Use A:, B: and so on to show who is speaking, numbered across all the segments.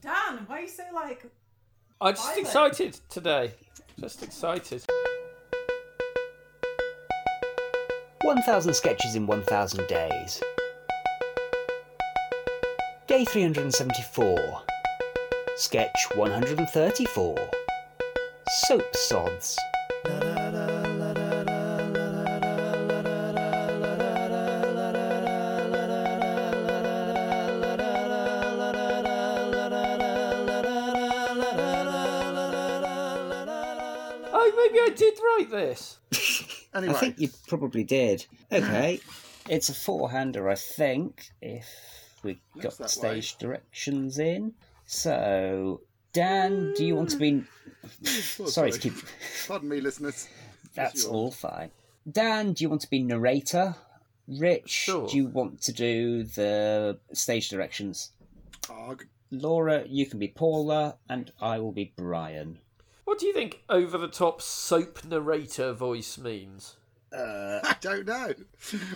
A: Dan, why are you so like?
B: I'm just
A: Violet.
B: excited today. Just excited.
C: 1000 Sketches in 1000 Days. Day 374. Sketch 134. Soap Sods.
B: Oh, maybe I did write this.
D: Anyway,
C: I think you probably did. Okay. It's a four-hander, I think, if we
D: Looks
C: got
D: that
C: the stage directions in. So, Dan, do you want to
D: Mm.
C: be... Sorry to keep...
D: pardon me, listeners.
C: That's
D: yours.
C: all fine. Dan, do you want to be narrator? Rich,
B: Sure.
C: do you want to do the stage directions?
D: Arg.
C: Laura, you can be Paula, and I will be Brian.
B: What do you think over the top soap narrator voice means?
C: Uh,
D: I don't know.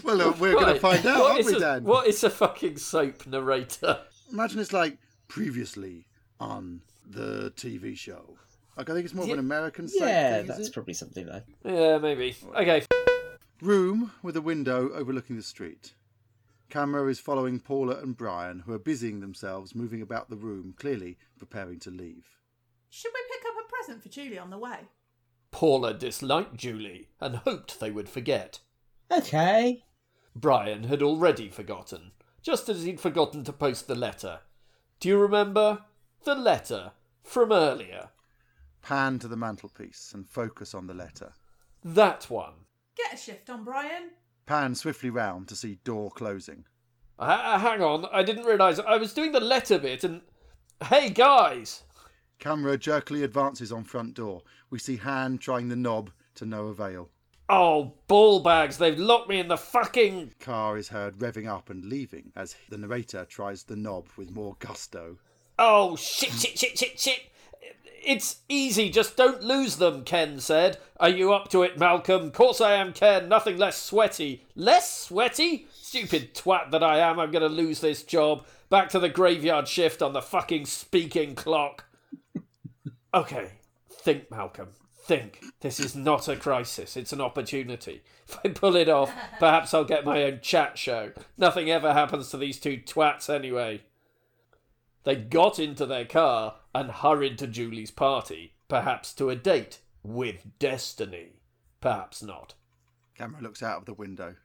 D: Well, uh, we're going to
B: Right.
D: find out,
B: What
D: aren't
B: is
D: we,
B: a-
D: Dan?
B: What is a fucking soap narrator?
D: Imagine it's like previously on the TV show. Like, I think it's more of an American soap
C: yeah,
D: thing, is
C: that's
D: it?
C: probably something like.
B: Yeah, maybe. Okay.
D: Room with a window overlooking the street. Camera is following Paula and Brian, who are busying themselves moving about the room, clearly preparing to leave.
A: Should we pick up a present for Julie on the way?
B: Paula disliked Julie and hoped they would forget.
C: Okay.
B: Brian had already forgotten, just as he'd forgotten to post the letter. Do you remember? The letter from earlier.
D: Pan to the mantelpiece and focus on the letter.
B: That one.
A: Get a shift on Brian.
D: Pan swiftly round to see door closing.
B: H- hang on, I didn't realise I was doing the letter bit and. Hey guys!
D: Camera jerkily advances on front door. We see Han trying the knob to no avail.
B: Oh, ball bags, they've locked me in the fucking.
D: Car is heard revving up and leaving as the narrator tries the knob with more gusto.
B: Oh, shit, shit, shit, shit, shit. It's easy, just don't lose them, Ken said. Are you up to it, Malcolm? Course I am, Ken. Nothing less sweaty. Less sweaty? Stupid twat that I am, I'm gonna lose this job. Back to the graveyard shift on the fucking speaking clock. okay, think, Malcolm. Think. This is not a crisis, it's an opportunity. If I pull it off, perhaps I'll get my own chat show. Nothing ever happens to these two twats anyway. They got into their car and hurried to Julie's party, perhaps to a date with Destiny. Perhaps not.
D: Camera looks out of the window.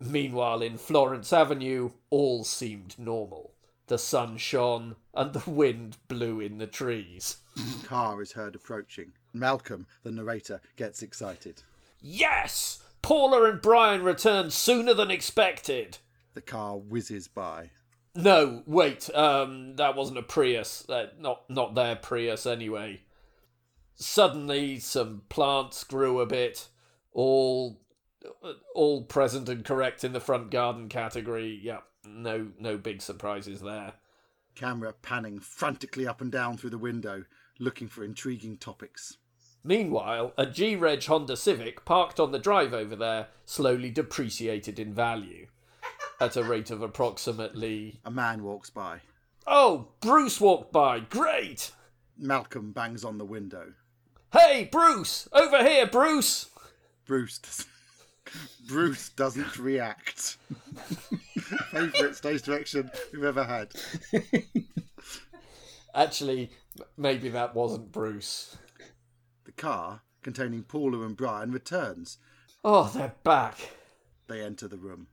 B: Meanwhile, in Florence Avenue, all seemed normal. The sun shone and the wind blew in the trees.
D: Car is heard approaching. Malcolm, the narrator, gets excited.
B: Yes! Paula and Brian returned sooner than expected.
D: The car whizzes by.
B: No, wait. Um, that wasn't a Prius. Uh, not not their Prius anyway. Suddenly, some plants grew a bit. All all present and correct in the front garden category. Yeah, no no big surprises there.
D: Camera panning frantically up and down through the window, looking for intriguing topics.
B: Meanwhile, a G Reg Honda Civic parked on the drive over there slowly depreciated in value at a rate of approximately.
D: A man walks by.
B: Oh, Bruce walked by. Great.
D: Malcolm bangs on the window.
B: Hey, Bruce, over here, Bruce.
D: Bruce does Bruce doesn't react. Favourite stage direction we've ever had.
B: Actually, m- maybe that wasn't Bruce.
D: The car, containing Paula and Brian, returns.
B: Oh, they're back.
D: They enter the room.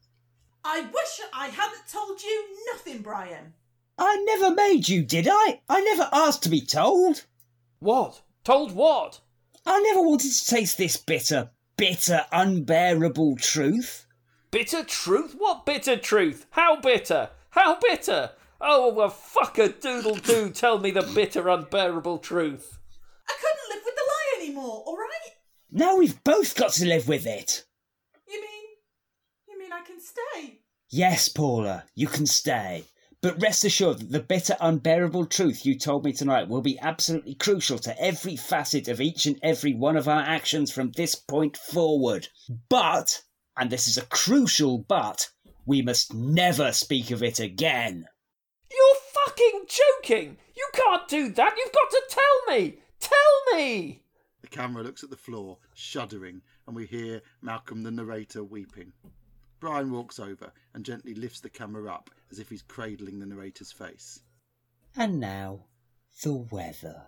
A: I wish I hadn't told you nothing, Brian.
C: I never made you, did I? I never asked to be told.
B: What? Told what?
C: I never wanted to taste this bitter, bitter, unbearable truth.
B: Bitter truth? What bitter truth? How bitter? How bitter? Oh, well, fuck a doodle do. Tell me the bitter, unbearable truth.
A: I couldn't live with the lie anymore. All right?
C: Now we've both got to live with it.
A: You mean, you mean I can stay?
C: Yes, Paula, you can stay. But rest assured that the bitter, unbearable truth you told me tonight will be absolutely crucial to every facet of each and every one of our actions from this point forward. But, and this is a crucial but, we must never speak of it again.
B: You're fucking joking. You You can't do that. You've got to tell me. Tell me.
D: The camera looks at the floor, shuddering, and we hear Malcolm, the narrator, weeping. Brian walks over and gently lifts the camera up as if he's cradling the narrator's face.
C: And now, the weather.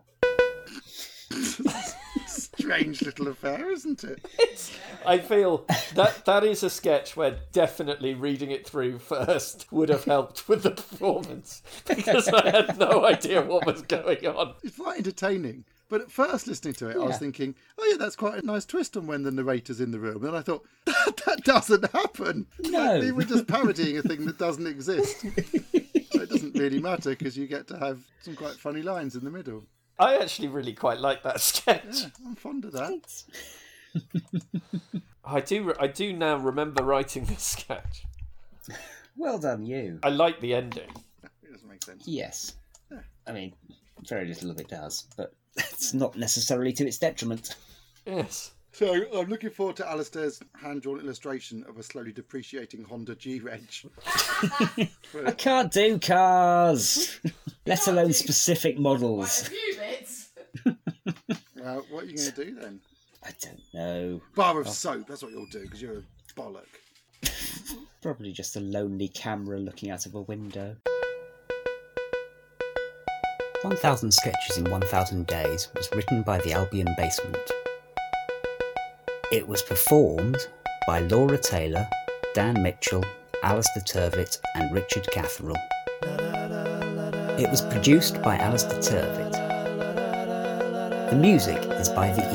D: Strange little affair, isn't it?
B: I feel that that is a sketch where definitely reading it through first would have helped with the performance because I had no idea what was going on.
D: It's quite entertaining. But at first, listening to it, I was
C: Yeah.
D: thinking, oh, yeah, that's quite a nice twist on when the narrator's in the room. And I thought, that doesn't happen.
C: No.
D: Like, we're just parodying a thing that doesn't exist. so it doesn't really matter because you get to have some quite funny lines in the middle.
B: I actually really quite like that sketch.
D: I'm fond of that.
B: I do. I do now remember writing this sketch.
C: Well done, you.
B: I like the ending.
D: It doesn't make sense.
C: Yes. I mean, very little of it does, but it's not necessarily to its detriment.
B: Yes.
D: So I'm looking forward to Alistair's hand drawn illustration of a slowly depreciating Honda G Reg.
C: I can't do cars, let alone specific
A: Quite a
C: models.
A: few bits.
D: Uh, what are you going to do then?
C: I don't know.
D: Bar of soap, that's what you'll do because you're a bollock.
C: Probably just a lonely camera looking out of a window.
E: 1000 Sketches in 1000 Days was written by the Albion Basement. It was performed by Laura Taylor, Dan Mitchell, Alistair Turvitt, and Richard Catherall. It was produced by Alistair Turvitt. The music is by The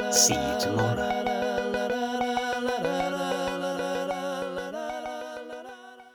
E: Evenings. See you tomorrow.